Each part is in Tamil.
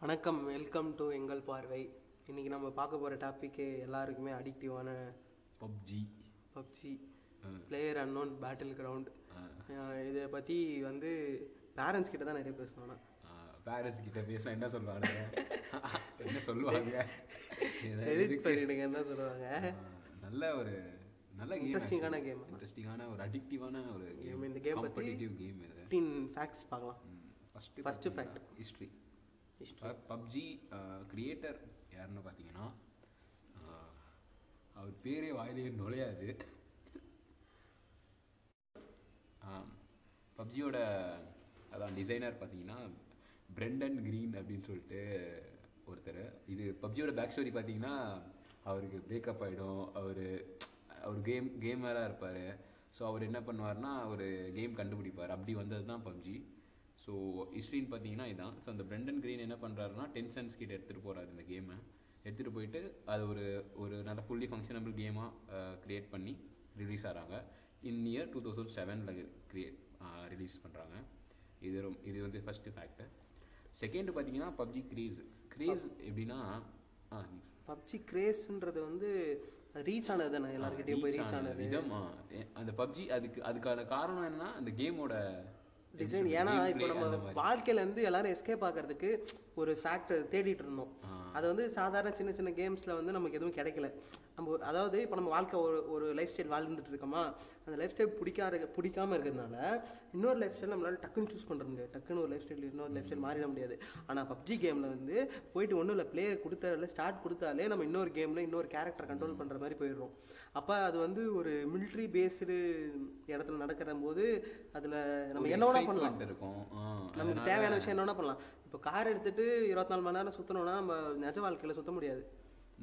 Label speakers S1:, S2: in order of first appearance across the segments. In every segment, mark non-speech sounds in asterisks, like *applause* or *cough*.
S1: வணக்கம் வெல்கம் டு எங்கள் பார்வை இன்னைக்கு நம்ம பார்க்க போகிற டாப்பிக்கு எல்லாருக்குமே அடிக்டிவான
S2: PUBG
S1: PUBG player unknown battle ground இதை பற்றி வந்து பேரண்ட்ஸ் கிட்ட தான் நிறைய பேசணும் ஆனா.
S2: பேரண்ட்ஸ் கிட்ட பேசினா என்ன சொல்லுவாங்க என்ன சொல்லுவாங்க இதை
S1: edit
S2: எதுக்கு?
S1: பண்ணிடுங்க என்ன சொல்லுவாங்க
S2: ஆ, நல்ல ஒரு நல்ல கேம்
S1: Interesting ஆன game.
S2: இன்ட்ரெஸ்டிங்கான ஒரு அடிக்டிவான ஒரு
S1: Game.
S2: கேம்
S1: இந்த
S2: இந்த
S1: game
S2: கேம்
S1: பத்தி-
S2: காம்படிட்டிவ் கேம் இது
S1: ஃபிஃப்டீன் ஃபேக்ட்ஸ் பார்க்கலாம்
S2: first
S1: First
S2: history PUBG creator uh, யாருன்னு பார்த்தீங்கன்னா ஆ, அவர் பேரே வாயிலேயே நுழையாது பப்ஜியோட அதான் டிசைனர் பார்த்தீங்கன்னா பிரெண்டன் கிரீன் அப்படின்னு சொல்லிட்டு ஒருத்தர் இது பப்ஜியோட பேக் ஸ்டோரி பார்த்தீங்கன்னா அவருக்கு பிரேக்கப் ஆகிடும் அவர் அவர் கேம் கேமராக இருப்பார் ஸோ அவர் என்ன பண்ணுவார்னா ஒரு கேம் கண்டுபிடிப்பார் அப்படி வந்தது தான் பப்ஜி ஸோ ஹிஸ்ட்ரின்னு பார்த்தீங்கன்னா இதான் ஸோ அந்த பிரெண்டன் கிரீன் என்ன பண்ணுறாருனா டென் சென்ஸ் கிட்ட எடுத்துகிட்டு போகிறார் இந்த கேமை எடுத்துகிட்டு போயிட்டு அது ஒரு ஒரு நல்ல ஃபுல்லி ஃபங்க்ஷனபிள் கேமாக க்ரியேட் பண்ணி ரிலீஸ் ஆகிறாங்க இன் இயர் டூ தௌசண்ட் செவனில் க்ரியேட் ரிலீஸ் பண்ணுறாங்க இது ரொம் இது வந்து ஃபஸ்ட்டு ஃபேக்ட் செகண்டு பார்த்தீங்கன்னா பப்ஜி க்ரீஸ் க்ரீஸ் எப்படின்னா ஆ,
S1: பப்ஜி கிரேஸ்ன்றது வந்து ரீச் ஆனது தானே எல்லாருக்கிட்டையும் போய்
S2: reach
S1: ரீச்
S2: ஆன
S1: ஆனது
S2: விதம் ஆ, எ- அந்த பப்ஜி அதுக்கு அதுக்கான காரணம் என்னன்னா அந்த கேமோட
S1: டிசைன் ஏன்னா இப்போ நம்ம வாழ்க்கையில இருந்து எல்லாரும் எஸ்கேப் ஆகிறதுக்கு ஒரு ஃபேக்டர் தேடிட்டு இருந்தோம் அது வந்து சாதாரண சின்ன சின்ன கேம்ஸ்ல வந்து நமக்கு எதுவும் கிடைக்கல நம்ம ஒரு- அதாவது இப்போ நம்ம வாழ்க்கை ஒரு ஒரு லைஃப் ஸ்டைல் வாழ்ந்துட்டு இருக்கோமா அந்த லைஃப் ஸ்டைல் பிடிக்காத பிடிக்காம இருக்கிறதுனால இன்னொரு லைஃப் ஸ்டைல் நம்மளால டக்குன்னு சூஸ் பண்ணுற முடியாது டக்குன்னு ஒரு லைஃப் ஸ்டைல் இன்னொரு லைஃப் ஸ்டைல் மாறிட முடியாது ஆனால் பப்ஜி கேமில் வந்து போயிட்டு ஒன்றும் இல்லை பிளேயர் கொடுத்தாலே ஸ்டார்ட் கொடுத்தாலே நம்ம இன்னொரு கேமில் இன்னொரு கேரக்டர் கண்ட்ரோல் பண்ணுற மாதிரி போயிடுறோம் அப்போ அது வந்து ஒரு மிலிட்ரி பேஸ்டு இடத்துல நடக்கிற போது அதில் நம்ம என்ன வேணா பண்ணலாம்
S2: இருக்கும் ஆ,
S1: நமக்கு தேவையான விஷயம் என்ன வேணா பண்ணலாம் இப்போ கார் எடுத்துட்டு இருபத்தி நாலு மணி நேரம் சுற்றணும்னா நம்ம நிஜ வாழ்க்கையில் சுத்த முடியாது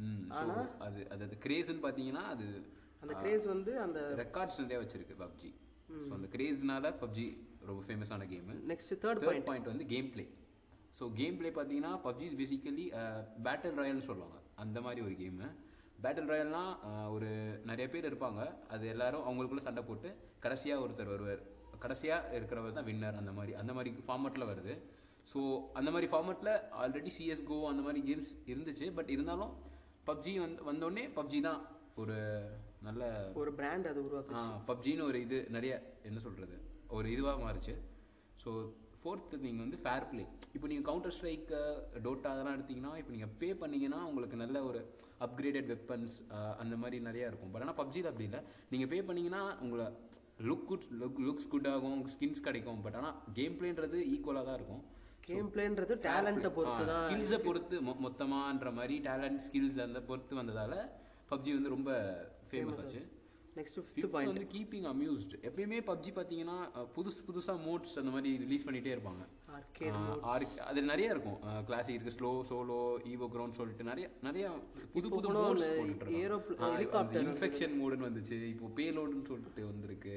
S2: ம், so அது அது அது கிரேஸ்ன்னு பார்த்தீங்கன்னா அது
S1: அந்த கிரேஸ் வந்து அந்த
S2: ரெக்கார்ட்ஸ் நிறைய வச்சிருக்கு பப்ஜி ஸோ அந்த கிரேஸ்னால பப்ஜி ரொம்ப ஃபேமஸான game
S1: next third
S2: third point வந்து gameplay so gameplay பார்த்தீங்கன்னா பப்ஜி இஸ் பேசிக்கலி பேட்டில் ராயல்னு uh, சொல்லுவாங்க அந்த மாதிரி ஒரு கேமு பேட்டில் ராயல்னா ஒரு நிறைய பேர் இருப்பாங்க அது எல்லாரும் அவங்களுக்குள்ள சண்டை போட்டு கடைசியாக ஒருத்தர் வருவார் கடைசியாக இருக்கிறவர் தான் வின்னர் அந்த மாதிரி அந்த மாதிரி ஃபார்மெட்டில் வருது ஸோ அந்த மாதிரி ஃபார்மெட்டில் ஆல்ரெடி சிஎஸ்கோ அந்த மாதிரி கேம்ஸ் இருந்துச்சு பட் இருந்தாலும் பப்ஜி வந்து வந்தோடனே பப்ஜி தான் ஒரு நல்ல
S1: ஒரு பிராண்ட் அது உருவாக்கு
S2: பப்ஜின்னு ஒரு இது நிறைய என்ன சொல்கிறது ஒரு இதுவாக மாறுச்சு ஸோ ஃபோர்த்து நீங்கள் வந்து ஃபேர் ப்ளே இப்போ நீங்கள் கவுண்டர் ஸ்ட்ரைக்கு டோட்டா அதெல்லாம் எடுத்தீங்கன்னா இப்போ நீங்கள் பே பண்ணீங்கன்னா உங்களுக்கு நல்ல ஒரு அப்கிரேடட் வெப்பன்ஸ் அந்த மாதிரி நிறையா இருக்கும் பட் ஆனால் பப்ஜியில் அப்படி இல்லை நீங்கள் பே பண்ணீங்கன்னா உங்களை look good look looks good ஆகும் ஸ்கின்ஸ் கிடைக்கும் பட் ஆனால் கேம் பிளேன்றது ஈக்குவலாக தான் இருக்கும்
S1: கேம் பிளேன்றது டேலண்ட்டை பொறுத்து தான்
S2: ஸ்கில்ஸை பொறுத்து மொ- மொத்தமான்ற மாதிரி டேலண்ட் ஸ்கில்ஸ் அந்த பொறுத்து வந்ததால் பப்ஜி வந்து ரொம்ப ஃபேமஸ் ஆச்சு
S1: நெக்ஸ்ட் ஃபிஃப்த்
S2: ஃபிஃப்த் வந்து கீப்பிங் அம்யூஸ்ட் எப்பயுமே பப்ஜி பார்த்தீங்கன்னா அஹ், புதுசு புதுசாக மோட்ஸ் அந்த மாதிரி ரிலீஸ் பண்ணிகிட்டே இருப்பாங்க
S1: ஆர்கேட்
S2: ஆறு அது நிறைய இருக்கும் கிளாசிக் இருக்குது ஸ்லோ சோலோ ஈவோ கிரவுண்ட் சொல்லிட்டு நிறைய நிறைய புது புது மோட்ஸ்
S1: aeropl-
S2: போட்டுருக்காங்க இன்ஃபெக்ஷன் மோடுன்னு வந்துச்சு இப்போ பேலோடுன்னு சொல்லிட்டு வந்திருக்கு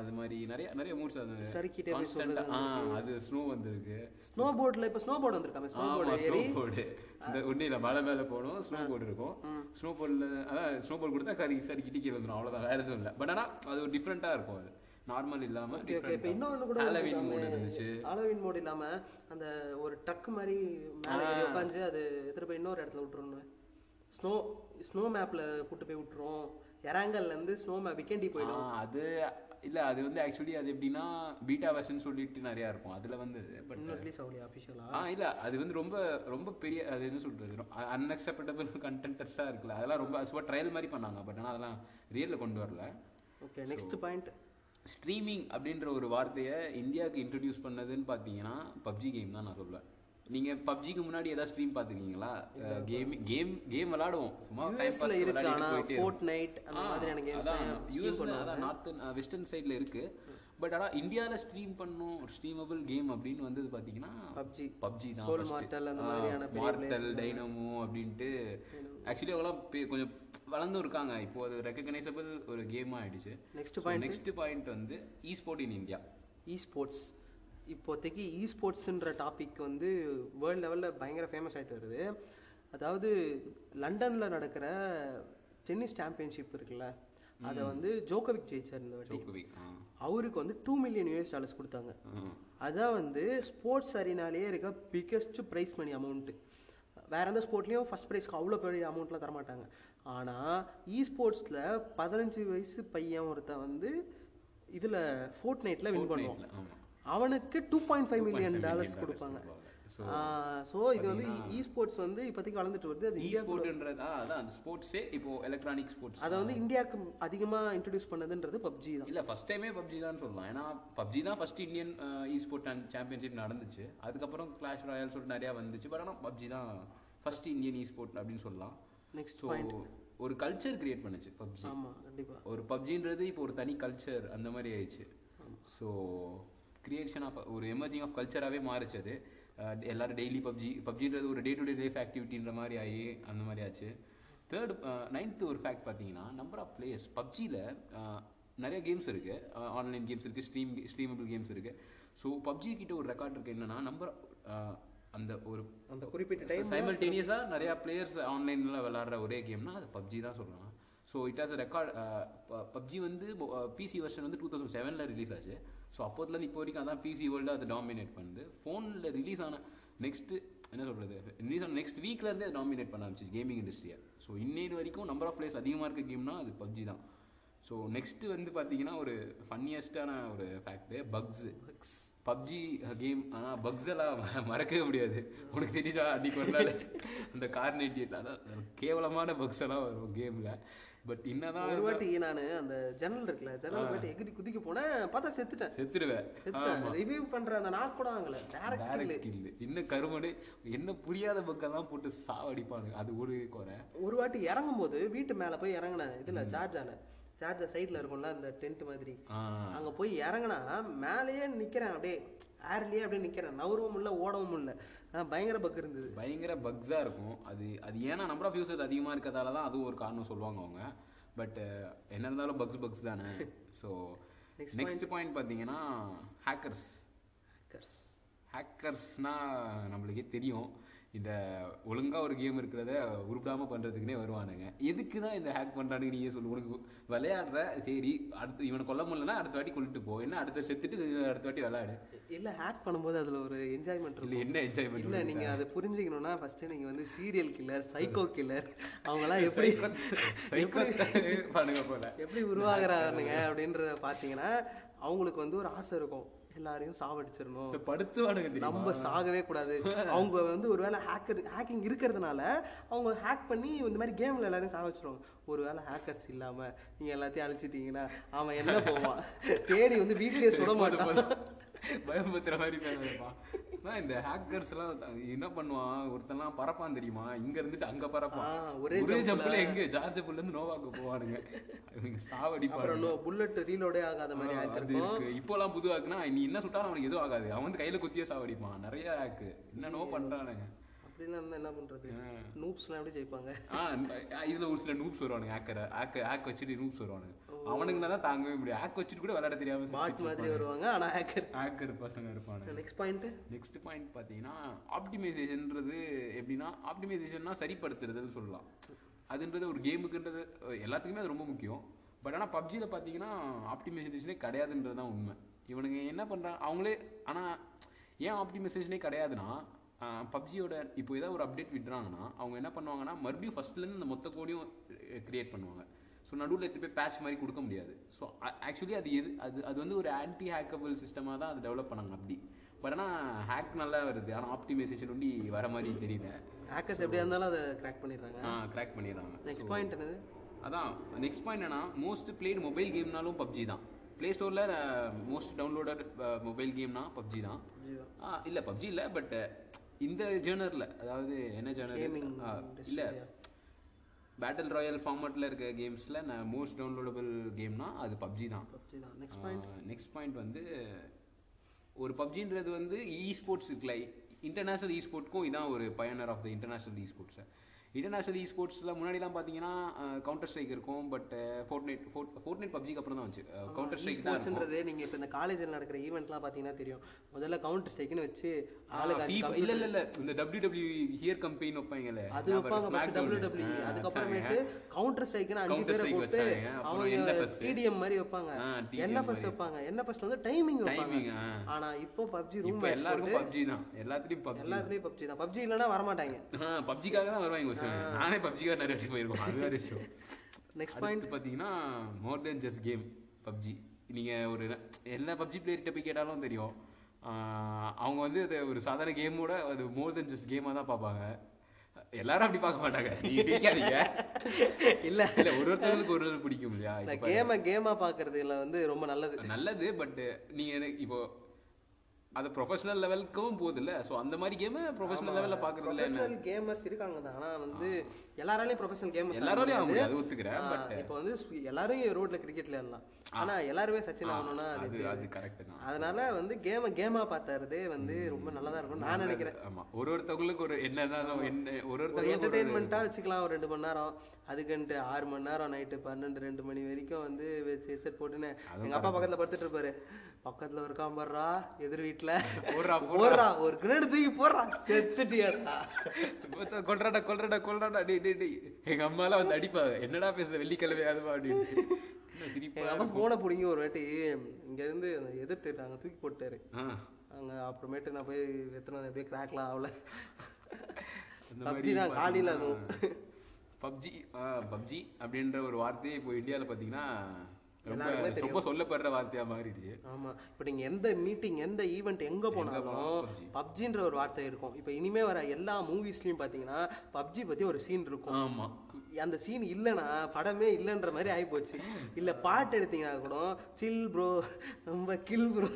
S2: அது மாதிரி நிறைய நிறைய மோட்ஸ் அது
S1: சறுக்கிட்டே போய்
S2: கான்ஸ்டன்ட் ஆ அது ஸ்னோ வந்திருக்கு
S1: ஸ்னோ போர்டில் இப்போ ஸ்னோ போர்டு வந்திருக்காங்க ஸ்னோ
S2: ஆமா ஸ்னோ போர்டு இந்த ஒன்றும் இல்லை மலை மேலே போகணும் ஸ்னோ போர்டு இருக்கும் ஸ்னோ போர்டில் அதான் ஸ்னோ போர்டு கொடுத்தா கறி சரி கிட்டிக்கி வந்துடும் அவ்வளோதான் வேற எதுவும் இல்லை பட் ஆனால் அது ஒரு டிஃப்ரெண்ட்டாக இருக்கும் அது நார்மல் இல்லாமல்
S1: இப்போ இன்னொன்று கூட
S2: ஹாலவின் மூடு இருந்துச்சு
S1: அளவின் மோடு இல்லாம அந்த ஒரு ட்ரக் மாதிரி மேலே ஏறி உட்காந்து அது எடுத்துட்டு போய் இன்னொரு இடத்துல விட்டுருணும் ஸ்னோ ஸ்னோ மேப்ல கூட்டு போய் விட்டுரும் இறங்கல்ல இருந்து ஸ்னோ மேப் விக்கெண்டி போயிடும்
S2: ஆ, அது இல்லை அது வந்து ஆக்சுவலி அது எப்படின்னா பீட்டா வெர்ஷன் சொல்லிட்டு நிறையா இருக்கும் அதில் வந்து பட்
S1: இன்னும் ரிலீஸ் ஆகலையா அஃபிஷியலா
S2: ஆ இல்லை அது வந்து ரொம்ப ரொம்ப பெரிய அது என்ன சொல்கிறது அன்அக்செப்டபிள் கண்டென்டர்ஸாக இருக்குல்ல அதெல்லாம் ரொம்ப சும்மா ட்ரையல் மாதிரி பண்ணாங்க பட் ஆனால் அதெல்லாம் ரியலில் கொண்டு வரல
S1: ஓகே நெக்ஸ்ட் பாயிண்ட்
S2: ஸ்ட்ரீமிங் அப்படின்ற ஒரு வார்த்தையை இந்தியாவுக்கு இன்ட்ரடியூஸ் பண்ணதுன்னு பார்த்தீங்கன்னா பப்ஜி கேம் தான் நான் சொல்லுவேன் நீங்கள் பப்ஜிக்கு முன்னாடி ஏதாவது ஸ்ட்ரீம் பார்த்துருக்கீங்களா கேம் கேம் கேம் விளாடுவோம் சும்மா டைம்
S1: யூஎஸ்ல
S2: பாஸ்
S1: இருக்கு ஆனா
S2: விளையாடிட்டு போயிட்டே
S1: ஃபோர்ட் நைட் அந்த மாதிரியான கேம்ஸ்
S2: அதான் யூஎஸ்ல அதான் நார்த்தன் வெஸ்டர்ன் சைடில் இருக்கு பட் ஆனால் இந்தியாவில் ஸ்ட்ரீம் பண்ணும் ஸ்ட்ரீமபிள் கேம் அப்படின்னு வந்தது பார்த்தீங்கன்னா
S1: பப்ஜி
S2: பப்ஜி தான்
S1: சோல்
S2: first.
S1: மார்டல் அந்த
S2: ஆ,
S1: மாதிரியான பெரிய
S2: மார்டல் டைனமோ அப்படின்ட்டு ஆக்சுவலி அவங்களாம் பெ- கொஞ்சம் வளர்ந்தும் இருக்காங்க இப்போ அது ரெக்கக்னைசபிள் ஒரு கேமாக ஆயிடுச்சு
S1: நெக்ஸ்ட்
S2: நெக்ஸ்ட் பாயிண்ட் வந்து esport in India
S1: esports இப்போதைக்கு இ ஸ்போர்ட்ஸுன்ற டாபிக் வந்து வேர்ல்டு லெவலில் பயங்கர ஃபேமஸ் ஆயிட்டு வருது அதாவது லண்டனில் நடக்கிற டென்னிஸ் சாம்பியன்ஷிப் இருக்குல்ல அதை வந்து ஜோக்கோவிக் ஜெயிச்சார் இந்த வாட்டி
S2: ஜோக்கோவிக் ஆ
S1: அவருக்கு வந்து டூ மில்லியன் யூஎஸ் டாலர்ஸ் கொடுத்தாங்க
S2: ஆ.
S1: அதான் வந்து ஸ்போர்ட்ஸ் அரினாலேயே இருக்க பிக்கெஸ்ட் ப்ரைஸ் மணி அமௌண்ட்டு வேற எந்த ஸ்போர்ட்லேயும் ஃபர்ஸ்ட் ப்ரைஸ்க்கு அவ்வளோ பெரிய அமௌண்ட்லாம் தரமாட்டாங்க ஆனால் இ ஸ்போர்ட்ஸில் பதினஞ்சு வயசு பையன் ஒருத்தன் வந்து இதில் ஃபோர்ட் நைட்டில் வின் பண்ணுவான்
S2: இல்ல, ஆமா
S1: அவனுக்கு two point five million dollars
S2: million
S1: கொடுப்பாங்க
S2: So,
S1: ஸோ இது வந்து இ ஸ்போர்ட்ஸ் வந்து இப்போதைக்கு வளர்ந்துட்டு வருது அது இந்தியா
S2: e-sportன்றது, ஆ, அதான் அந்த ஸ்போர்ட்ஸே இப்போ எலக்ட்ரானிக் ஸ்போர்ட்ஸ்
S1: அதை வந்து இந்தியாவுக்கு அதிகமாக இன்ட்ரடியூஸ் பண்ணதுன்றது பப்ஜி தான்
S2: இல்ல ஃபர்ஸ்ட் டைமே பப்ஜி தான் சொல்லலாம் ஏன்னா பப்ஜி தான் ஃபர்ஸ்ட் இந்தியன் இஸ்போர்ட் சாம்பியன்ஷிப் நடந்துச்சு அதுக்கப்புறம் கிளாஷ் ராயல் சொல்லிட்டு நிறைய வந்துச்சு பட் ஆனா பப்ஜி தான் ஃபர்ஸ்ட் இந்தியன் இஸ்போர்ட் அப்படின்னு சொல்லலாம்
S1: நெக்ஸ்ட்
S2: ஸோ ஒரு கல்ச்சர் கிரியேட் பண்ணுச்சு பப்ஜி
S1: ஆமாம் கண்டிப்பாக
S2: ஒரு பப்ஜின்றது இப்போ ஒரு தனி கல்ச்சர் அந்த மாதிரி ஆயிடுச்சு ஸோ கிரியேஷன் ஆஃப் ஒரு எமர்ஜிங் ஆஃப் கல்ச்சராகவே மாறிச்சு அது அஹ் எல்லாரும் டெய்லி பப்ஜி பப்ஜின்றது ஒரு டே டு டே லைஃப் ஆக்டிவிட்டின்ற மாதிரி ஆகி அந்த மாதிரி ஆச்சு தேர்ட் நைன்த்து ஒரு ஃபேக்ட் பார்த்தீங்கன்னா நம்பர் ஆஃப் பிளேயர்ஸ் பப்ஜியில் நிறைய கேம்ஸ் இருக்குது ஆன்லைன் கேம்ஸ் இருக்குது ஸ்ட்ரீம் ஸ்ட்ரீமபிள் கேம்ஸ் இருக்குது ஸோ பப்ஜி கிட்ட ஒரு ரெக்கார்ட் இருக்குது என்னென்னா நம்பர் அந்த ஒரு
S1: அந்த குறிப்பிட்ட டைம்
S2: சைமல்டேனியஸாக நிறையா பிளேயர்ஸ் ஆன்லைனில் விளாட்ற ஒரே கேம்னா அது பப்ஜி தான் சொல்லலாம் so it has record PUBG uh, வந்து uh, பிசி வெர்ஷன் வந்து டூ தௌசண்ட் செவனில் ரிலீஸ் ஆச்சு ஸோ அப்போதுலேருந்து இப்போ வரைக்கும் அதான் பிசி வேர்ல்டு அதை டாமினேட் பண்ணுது ஃபோனில் ரிலீஸ் ஆன நெக்ஸ்ட்டு என்ன சொல்கிறது ரிலீஸ் ஆன நெக்ஸ்ட் வீக்லேருந்தே அது டாமினேட் பண்ண ஆரம்பிச்சு கேமிங் இண்டஸ்ட்ரியை ஸோ இன்னைக்கு வரைக்கும் நம்பர் ஆஃப் பிளேஸ் அதிகமாக இருக்க கேம்னா அது பப்ஜி தான் ஸோ நெக்ஸ்ட்டு வந்து பார்த்தீங்கன்னா ஒரு ஃபன்னியஸ்டான ஒரு ஃபேக்ட்டு பக்ஸு பப்ஜி கேம் ஆனால் பக்ஸ் எல்லாம் ம- மறக்கவே முடியாது உனக்கு தெரியுதா அன்னைக்கு ஒரு நாள் அந்த கார் நைன்டி அதான் கேவலமான பக்ஸ் எல்லாம் வரும் கேமில் பட் என்னதான்
S1: ஒரு வாட்டி நான் அந்த ஜன்னல் இருக்குல்ல ஜன்னல் போயிட்டு எகிரி குதிக்க போனேன் பார்த்தா செத்துட்டேன்
S2: செத்துருவேன்
S1: செத்துட்டேன் ரிவ்யூ பண்ற அந்த நாக் கூட ஆகல டேரக்ட்
S2: டேரக்ட் இல்லை என்ன கருமனு என்ன புரியாத பக்கெல்லாம் போட்டு சாவடிப்பானுங்க அது ஒரு குறை
S1: ஒரு வாட்டி இறங்கும் போது வீட்டு மேல போய் இறங்கினேன் இதுல சார்ஜ் ஆன சார்ஜர் சைட்ல இருக்கும்ல அந்த டென்ட் மாதிரி
S2: ஆ
S1: அங்க போய் இறங்கினா மேலேயே நிக்கிறேன் அப்படியே ஏர்லயே அப்படியே நிக்கிறேன் நவரவும் இல்ல ஓடவும் இல்ல அஹ் பயங்கர பக் இருந்தது
S2: பயங்கர பக்ஸாக இருக்கும் அது அது ஏன்னா நம்பர் ஆஃப் யூசர்ஸ் அதிகமாக இருக்கிறதால தான் அதுவும் ஒரு காரணம் சொல்லுவாங்க அவங்க பட் என்ன இருந்தாலும் பக்ஸ் பக்ஸ்
S1: *laughs*
S2: தானே ஸோ நெக்ஸ்ட் பாயிண்ட் பார்த்தீங்கன்னா ஹேக்கர்ஸ்
S1: Hackers.
S2: ஹேக்கர்ஸ்னால் நம்மளுக்கே தெரியும் இந்த ஒழுங்கா ஒரு கேம் இருக்கிறத உருப்பிடாம பண்றதுக்குனே வருவானுங்க எதுக்கு தான் இந்த ஹேக் பண்றானுங்க நீங்க சொல்லு உனக்கு விளையாடுற சரி அடுத்து இவனை கொல்ல முடியலன்னா அடுத்த வாட்டி கொல்லிட்டு போ என்ன அடுத்த செத்துட்டு அடுத்த வாட்டி விளையாடு
S1: இல்ல ஹேக் பண்ணும்போது அதுல ஒரு என்ஜாய்மெண்ட்
S2: இல்லை என்ன என்ஜாய் பண்ணுறது
S1: இல்ல நீங்க அதை புரிஞ்சுக்கணும்னா ஃபர்ஸ்ட் நீங்க வந்து சீரியல் கில்லர் சைக்கோ கில்லர் அவங்கலாம் எப்படி
S2: பண்ணுங்க போல
S1: எப்படி உருவாகிறாருங்க அப்படின்றத பாத்தீங்கன்னா அவங்களுக்கு வந்து ஒரு ஆசை இருக்கும் எல்லாரையும் சாவடிச்சிடணும்
S2: இப்ப படுத்துவானுங்க தெரியுமா
S1: நம்ம சாகவே கூடாது அவங்க வந்து ஒருவேளை ஹேக்கர் ஹேக்கிங் இருக்கிறதுனால அவங்க ஹேக் பண்ணி இந்த மாதிரி கேம்ல எல்லாரையும் சாக வச்சிருவாங்க ஒருவேளை ஹேக்கர்ஸ் இல்லாம நீங்க எல்லாத்தையும் அழிச்சிட்டீங்கன்னா அவன்
S2: *laughs*
S1: என்ன போவான் தேடி வந்து வீட்லயே சுட மாட்டான்
S2: பயம்புத்துற மாதிரி பேசுறப்பா அதான் இந்த ஹேக்கர்ஸ் எல்லாம் என்ன பண்ணுவான் ஒருத்தன்லாம் பறப்பான் தெரியுமா இங்க இருந்துட்டு அங்க பறப்பான்
S1: ஆஹ், ஒரே
S2: ஒரே ஜம்புல எங்க ஜார்ஜ் ஜம்புல இருந்து நோவாக்கு போவானுங்க அவங்க சாவடிப்பாங்க
S1: அப்புறம் புல்லட் ரீலோடே ஆகாத மாதிரி ஹேக்
S2: அது
S1: இருக்கும்
S2: இருக்கு இப்போலாம் புது ஹாக்குனா நீ என்ன சுட்டாலும் அவனுக்கு எதுவும் ஆகாது அவன் வந்து கையில குத்தியே சாவடிப்பான் நிறைய ஹாக்கு என்னென்னவோ பண்றானுங்க
S1: அப்படின்னா இருந்தா என்ன பண்றது நூப்ஸ்லாம் எப்படி ஜெயிப்பாங்க
S2: ஆ இதுல ஒரு சில நூப்ஸ் வருவானுங்க ஹேக்கரை ஹேக் ஹேக் வச்சுட்டு நூப்ஸ் வருவானுங்க அவனுங்கள தான் தாங்கவே முடியும் ஹேக் வச்சுட்டு கூட விளையாட தெரியாம
S1: பாட் மாதிரி வருவாங்க ஆனா ஹேக்கர்
S2: ஹேக்கர் பசங்க இருப்பானுங்க
S1: நெக்ஸ்ட் பாயிண்ட்
S2: நெக்ஸ்ட் பாயிண்ட் பார்த்தீங்கன்னா ஆப்டிமைசேஷன்றது எப்படின்னா ஆப்டிமைசேஷன்னா சரிப்படுத்துறதுன்னு சொல்லலாம் அதுன்றது ஒரு கேமுக்குன்றது அஹ், எல்லாத்துக்குமே அது ரொம்ப முக்கியம் பட் ஆனால் பப்ஜியில் பார்த்தீங்கன்னா ஆப்டிமைசேஷனே கிடையாதுன்றது தான் உண்மை இவனுங்க என்ன பண்ணுறாங்க அவங்களே ஆனால் ஏன் ஆப்டிமைசேஷனே கிடையாதுன்னா பப்ஜியோட இப்போ ஏதாவது ஒரு அப்டேட் விடுறாங்கன்னா அவங்க என்ன பண்ணுவாங்கன்னா மறுபடியும் ஃபர்ஸ்ட்லேருந்து அந்த மொத்த கோடியும் கிரியேட் பண்ணுவாங்க ஸோ நடுவில் எடுத்து போய் பேட்ச் மாதிரி கொடுக்க முடியாது ஸோ ஆக்சுவலி அது எது அது அது வந்து ஒரு ஆன்டி ஹேக்கபிள் சிஸ்டமாக தான் அது டெவலப் பண்ணாங்க அப்படி பட் ஆனால் ஹேக் நல்லா வருது ஆனால் ஆப்டிமைசேஷன் ஒண்டி வர மாதிரி தெரியல
S1: ஹேக்கர்ஸ் எப்படியா இருந்தாலும் அதை கிராக் பண்ணிடுறாங்க
S2: கிராக் பண்ணிடுறாங்க
S1: நெக்ஸ்ட் பாயிண்ட் என்னது
S2: அதான் நெக்ஸ்ட் பாயிண்ட் என்னன்னா மோஸ்ட் பிளேட் மொபைல் கேம்னாலும் பப்ஜி தான் ப்ளே ஸ்டோரில் மோஸ்ட் டவுன்லோடட் மொபைல் கேம்னா பப்ஜி தான்
S1: இதுதான்.
S2: ஆ, இல்ல பப்ஜி இல்ல பட் இந்த ஜேர்னர்ல அதாவது என்ன
S1: Gaming
S2: ஜேர்னர் இல்ல பேட்டில் ராயல் ஃபார்மேட்டில் இருக்க கேம்ஸில் நான் மோஸ்ட் டவுன்லோடபுள் கேம்னா அது பப்ஜி தான்
S1: PUBG தான் நெக்ஸ்ட்
S2: நெக்ஸ்ட் பாயிண்ட் வந்து ஒரு பப்ஜின்றது வந்து இ ஸ்போர்ட்ஸ் இருக்குல்ல இன்டர்நேஷ்னல் இ ஸ்போர்ட்க்கும் இதான் ஒரு பயனர் ஆஃப் த இன்டர்நேஷ்னல் இ ஸ்போர்ட்ஸை இன்டர்நேஷனல் இ ஸ்போர்ட்ஸில் முன்னாடிலாம் பார்த்தீங்கன்னா கவுண்டர் ஸ்ட்ரைக் இருக்கும் but Fortnite Fort Fortnite பப்ஜிக்கு அப்புறம் தான் வந்துச்சு கவுண்டர் ஸ்ட்ரைக் தான் இருக்கும்
S1: ஸ்போர்ட்ஸ்ன்றது நீங்க இப்ப இந்த காலேஜ்ல நடக்கிற ஈவெண்ட்லாம் பாத்தீங்கன்னா தெரியும் முதல்ல கவுண்டர் ஸ்ட்ரைக்னு வச்சு ஆளுக்கு அஞ்சு
S2: FIFA- இல்ல இல்ல இல்ல இந்த டபிள்யூ டபிள்யூ ஹியர் கம்பெயின் வைப்பாங்கல்ல
S1: அது வைப்பாங்க ஃபர்ஸ்ட் டபிள்யூ டபிள்யூ அதுக்கப்புறமேட்டு கவுண்டர் ஸ்ட்ரைக்னு E அஞ்சு
S2: Counter
S1: பேரை
S2: Strike
S1: போட்டு
S2: வச்சாங்க, அப்புறம்
S1: அவங்க
S2: NFS.
S1: டிடிஎம் மாதிரி வைப்பாங்க
S2: ஆ, TDM
S1: என்எஃப்எஸ் வைப்பாங்க என்எஃப்எஸ் வந்து டைமிங் வைப்பாங்க
S2: டைமிங்
S1: ஆனா இப்போ பப்ஜி ரூம்
S2: இப்போ எல்லாருக்கும் பப்ஜி தான் எல்லாத்துலயும் பப்ஜி
S1: எல்லாத்துலயும் பப்ஜி தான் பப்ஜி இல்லைன்னா வரமாட்டாங்க
S2: பப்ஜிக்காக தான் வருவாங்க ஒரு சில பேர். நானே பப்ஜிக்காக நிறைய டைம் போயிருக்கோம் அது வேற விஷயம்
S1: நெக்ஸ்ட் பாயிண்ட்
S2: அடுத்து பார்த்தீங்கன்னா more than just game PUBG நீங்கள் ஒரு ந- எல்லா பப்ஜி பிளேயர்கிட்ட போய் கேட்டாலும் தெரியும் ஆஹ் அவங்க வந்து அது ஒரு சாதாரண கேமோட அது மோர் தென் ஜஸ்ட் கேமாக தான் பார்ப்பாங்க எல்லாரும் அப்படி பார்க்க மாட்டாங்க நீங்க சிரிக்காதீங்க
S1: இல்ல
S2: இல்லை ஒரு ஒருத்தருக்கு ஒரு ஒரு பிடிக்கும் இல்லையா
S1: இந்த
S2: இப்ப
S1: கேமை கேமா பாக்குறதுல வந்து ரொம்ப நல்லது
S2: நல்லது பட் நீங்கள் இப்போ அது ப்ரொஃபஷனல் லெவலுக்கும் போகுது இல்லை ஸோ அந்த மாதிரி கேமை ப்ரொஃபஷனல் லெவலில் பார்க்குறது இல்லை
S1: ப்ரொஃபஷனல் கேமர்ஸ் இருக்காங்க தான் ஆனா வந்து எல்லாராலையும் ப்ரொஃபஷனல் கேமர்ஸ்
S2: எல்லாராலையும் ஆக முடியாது ஒத்துக்கிறேன் பட்
S1: இப்போ வந்து ஸ்வி- எல்லாரும் ரோட்ல கிரிக்கெட்ல எல்லாம் ஆனா எல்லாருமே சச்சின் ஆகணும்னா அது
S2: அது அது கரெக்ட் தான்
S1: அதனால வந்து கேம கேமா பார்த்தாருதே வந்து ரொம்ப நல்லதா இருக்கும் நான் நினைக்கிறேன்
S2: ஆமா ஒரு ஒருத்தவங்களுக்கு ஒரு என்னதான் என்ன ஒரு
S1: ஒரு
S2: ஒருத்தவங்களுக்கு ஒரு-
S1: என்டர்டெயின்மெண்ட்டாக வச்சுக்கலாம் ஒரு ரெண்டு மணி நேரம் அதுக்குன்ட்டு ஆறு மணி நேரம் நைட்டு பன்னெண்டு ரெண்டு மணி வரைக்கும் வந்து வச்சு headset போட்டுன்னு எங்க அப்பா பக்கத்துல படுத்துட்டு இருப்பாரு பக்கத்துல இருக்கான் பாடுறா எதிர் வீட்டுல
S2: போடுறா,
S1: போடுறா ஒரு கிரேடு தூக்கி போடுறா செத்துட்டியாடா
S2: மச்சான், கொல்றாடா கொல்றாடா கொல்றாடா டேய் டேய் டேய் எங்க அம்மாலாம் வந்து அடிப்பாங்க என்னடா பேசுற வெள்ளிக்கிழமை அதுவா அப்படின்னு என்ன சிரிப்பா
S1: எங்க அப்பா போனை பிடிங்கி ஒரு வாட்டி இங்க இருந்து எதிர்த்து நாங்க தூக்கி போட்டாரு
S2: ஆ,
S1: அங்க அப்புறமேட்டு நான் போய் எத்தனை போய் கிராக்லாம் ஆகல
S2: அந்த
S1: பப்ஜி தான் காலையில அதுவும்
S2: பப்ஜி பப்ஜி அப்படின்ற ஒரு வார்த்தையே இப்போ இந்தியாவில் பார்த்தீங்கன்னா
S1: எல்லாருக்குமே
S2: ரொம்ப ரொம்ப சொல்லப்படுற வார்த்தையா மாறிடுச்சு
S1: ஆமா இப்போ நீங்க எந்த மீட்டிங் எந்த ஈவெண்ட் எங்க போனாலும் பப்ஜின்ற ஒரு வார்த்தை இருக்கும் இப்போ இனிமே வர எல்லா மூவிஸ்லயும் பாத்தீங்கன்னா பப்ஜி பத்தி ஒரு சீன் இருக்கும்
S2: ஆமா
S1: அந்த சீன் இல்லைனா படமே இல்லைன்ற மாதிரி ஆயிப்போச்சு இல்ல பாட்டு எடுத்தீங்கன்னா கூட சில் ப்ரோ ரொம்ப கில் ப்ரோ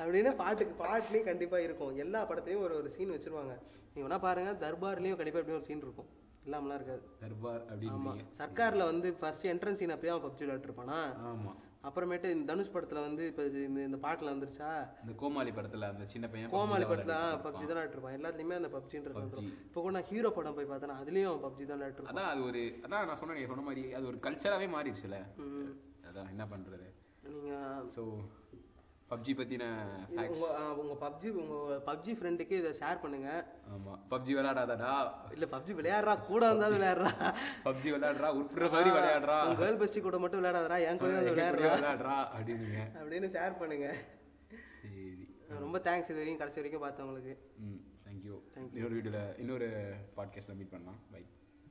S1: அப்படின்னு பாட்டுக்கு பாட்டுலயும் கண்டிப்பா இருக்கும் எல்லா படத்தையும் ஒரு ஒரு சீன் வச்சிருவாங்க நீங்க வேணா பாருங்க தர்பார்லயும் கண்டிப்பா இப்படி ஒரு சீன் இருக்கும் இல்லாமலாம் இருக்காது
S2: தர்பார் அப்படின்னு
S1: சர்க்கார்ல வந்து ஃபர்ஸ்ட் என்ட்ரன்ஸ் சீன் அப்பயே அவன் பப்ஜி விளையாட்டுருப்பானா
S2: ஆமா
S1: அப்புறமேட்டு இந்த தனுஷ் படத்துல வந்து இப்ப இந்த இந்த பாட்டுல வந்துருச்சா
S2: இந்த கோமாளி படத்துல அந்த சின்ன பையன்
S1: கோமாளி
S2: PUBG ல
S1: படத்துல பப்ஜி தான் விளையாட்டுருப்பான் எல்லாத்துலயுமே அந்த பப்ஜின்றது வந்துரும் இப்போ கூட நான் ஹீரோ படம் போய் பார்த்தேன் அதுலயும் பப்ஜி தான் விளையாட்டுருப்பான்
S2: அதான் அது ஒரு அதான் நான் சொன்னேன் நீ சொன்ன மாதிரி அது ஒரு கல்ச்சராகவே மாறிடுச்சுல
S1: ம்.
S2: அதான் என்ன பண்றது
S1: நீங்க
S2: ஸோ பப்ஜி பத்தின
S1: இது உங்க ஆ, உங்க பப்ஜி உங்க பப்ஜி ஃப்ரெண்டுக்கு இதை ஷேர் பண்ணுங்க
S2: ஆமா பப்ஜி விளையாடாதடா
S1: இல்ல பப்ஜி விளையாடுறா கூட இருந்தா விளையாடுறா
S2: பப்ஜி விளையாடுறா உட்புற மாதிரி விளையாடுறா
S1: உங்க கேர்ள் பெஸ்டி கூட மட்டும் விளையாடாதடா என் கூட வந்து விளையாடுறா
S2: எப்படியோ விளையாடுறா அப்படின்னுங்க
S1: அப்படின்னு ஷேர் பண்ணுங்க
S2: சரி
S1: ரொம்ப தேங்க்ஸ் இது வரைக்கும் கடைசி வரைக்கும் பார்த்தவங்களுக்கு
S2: ம் தேங்க்யூ இன்னொரு வீடியோவில் இன்னொரு பாட்காஸ்ட்டில் மீட் பண்ணலாம் பை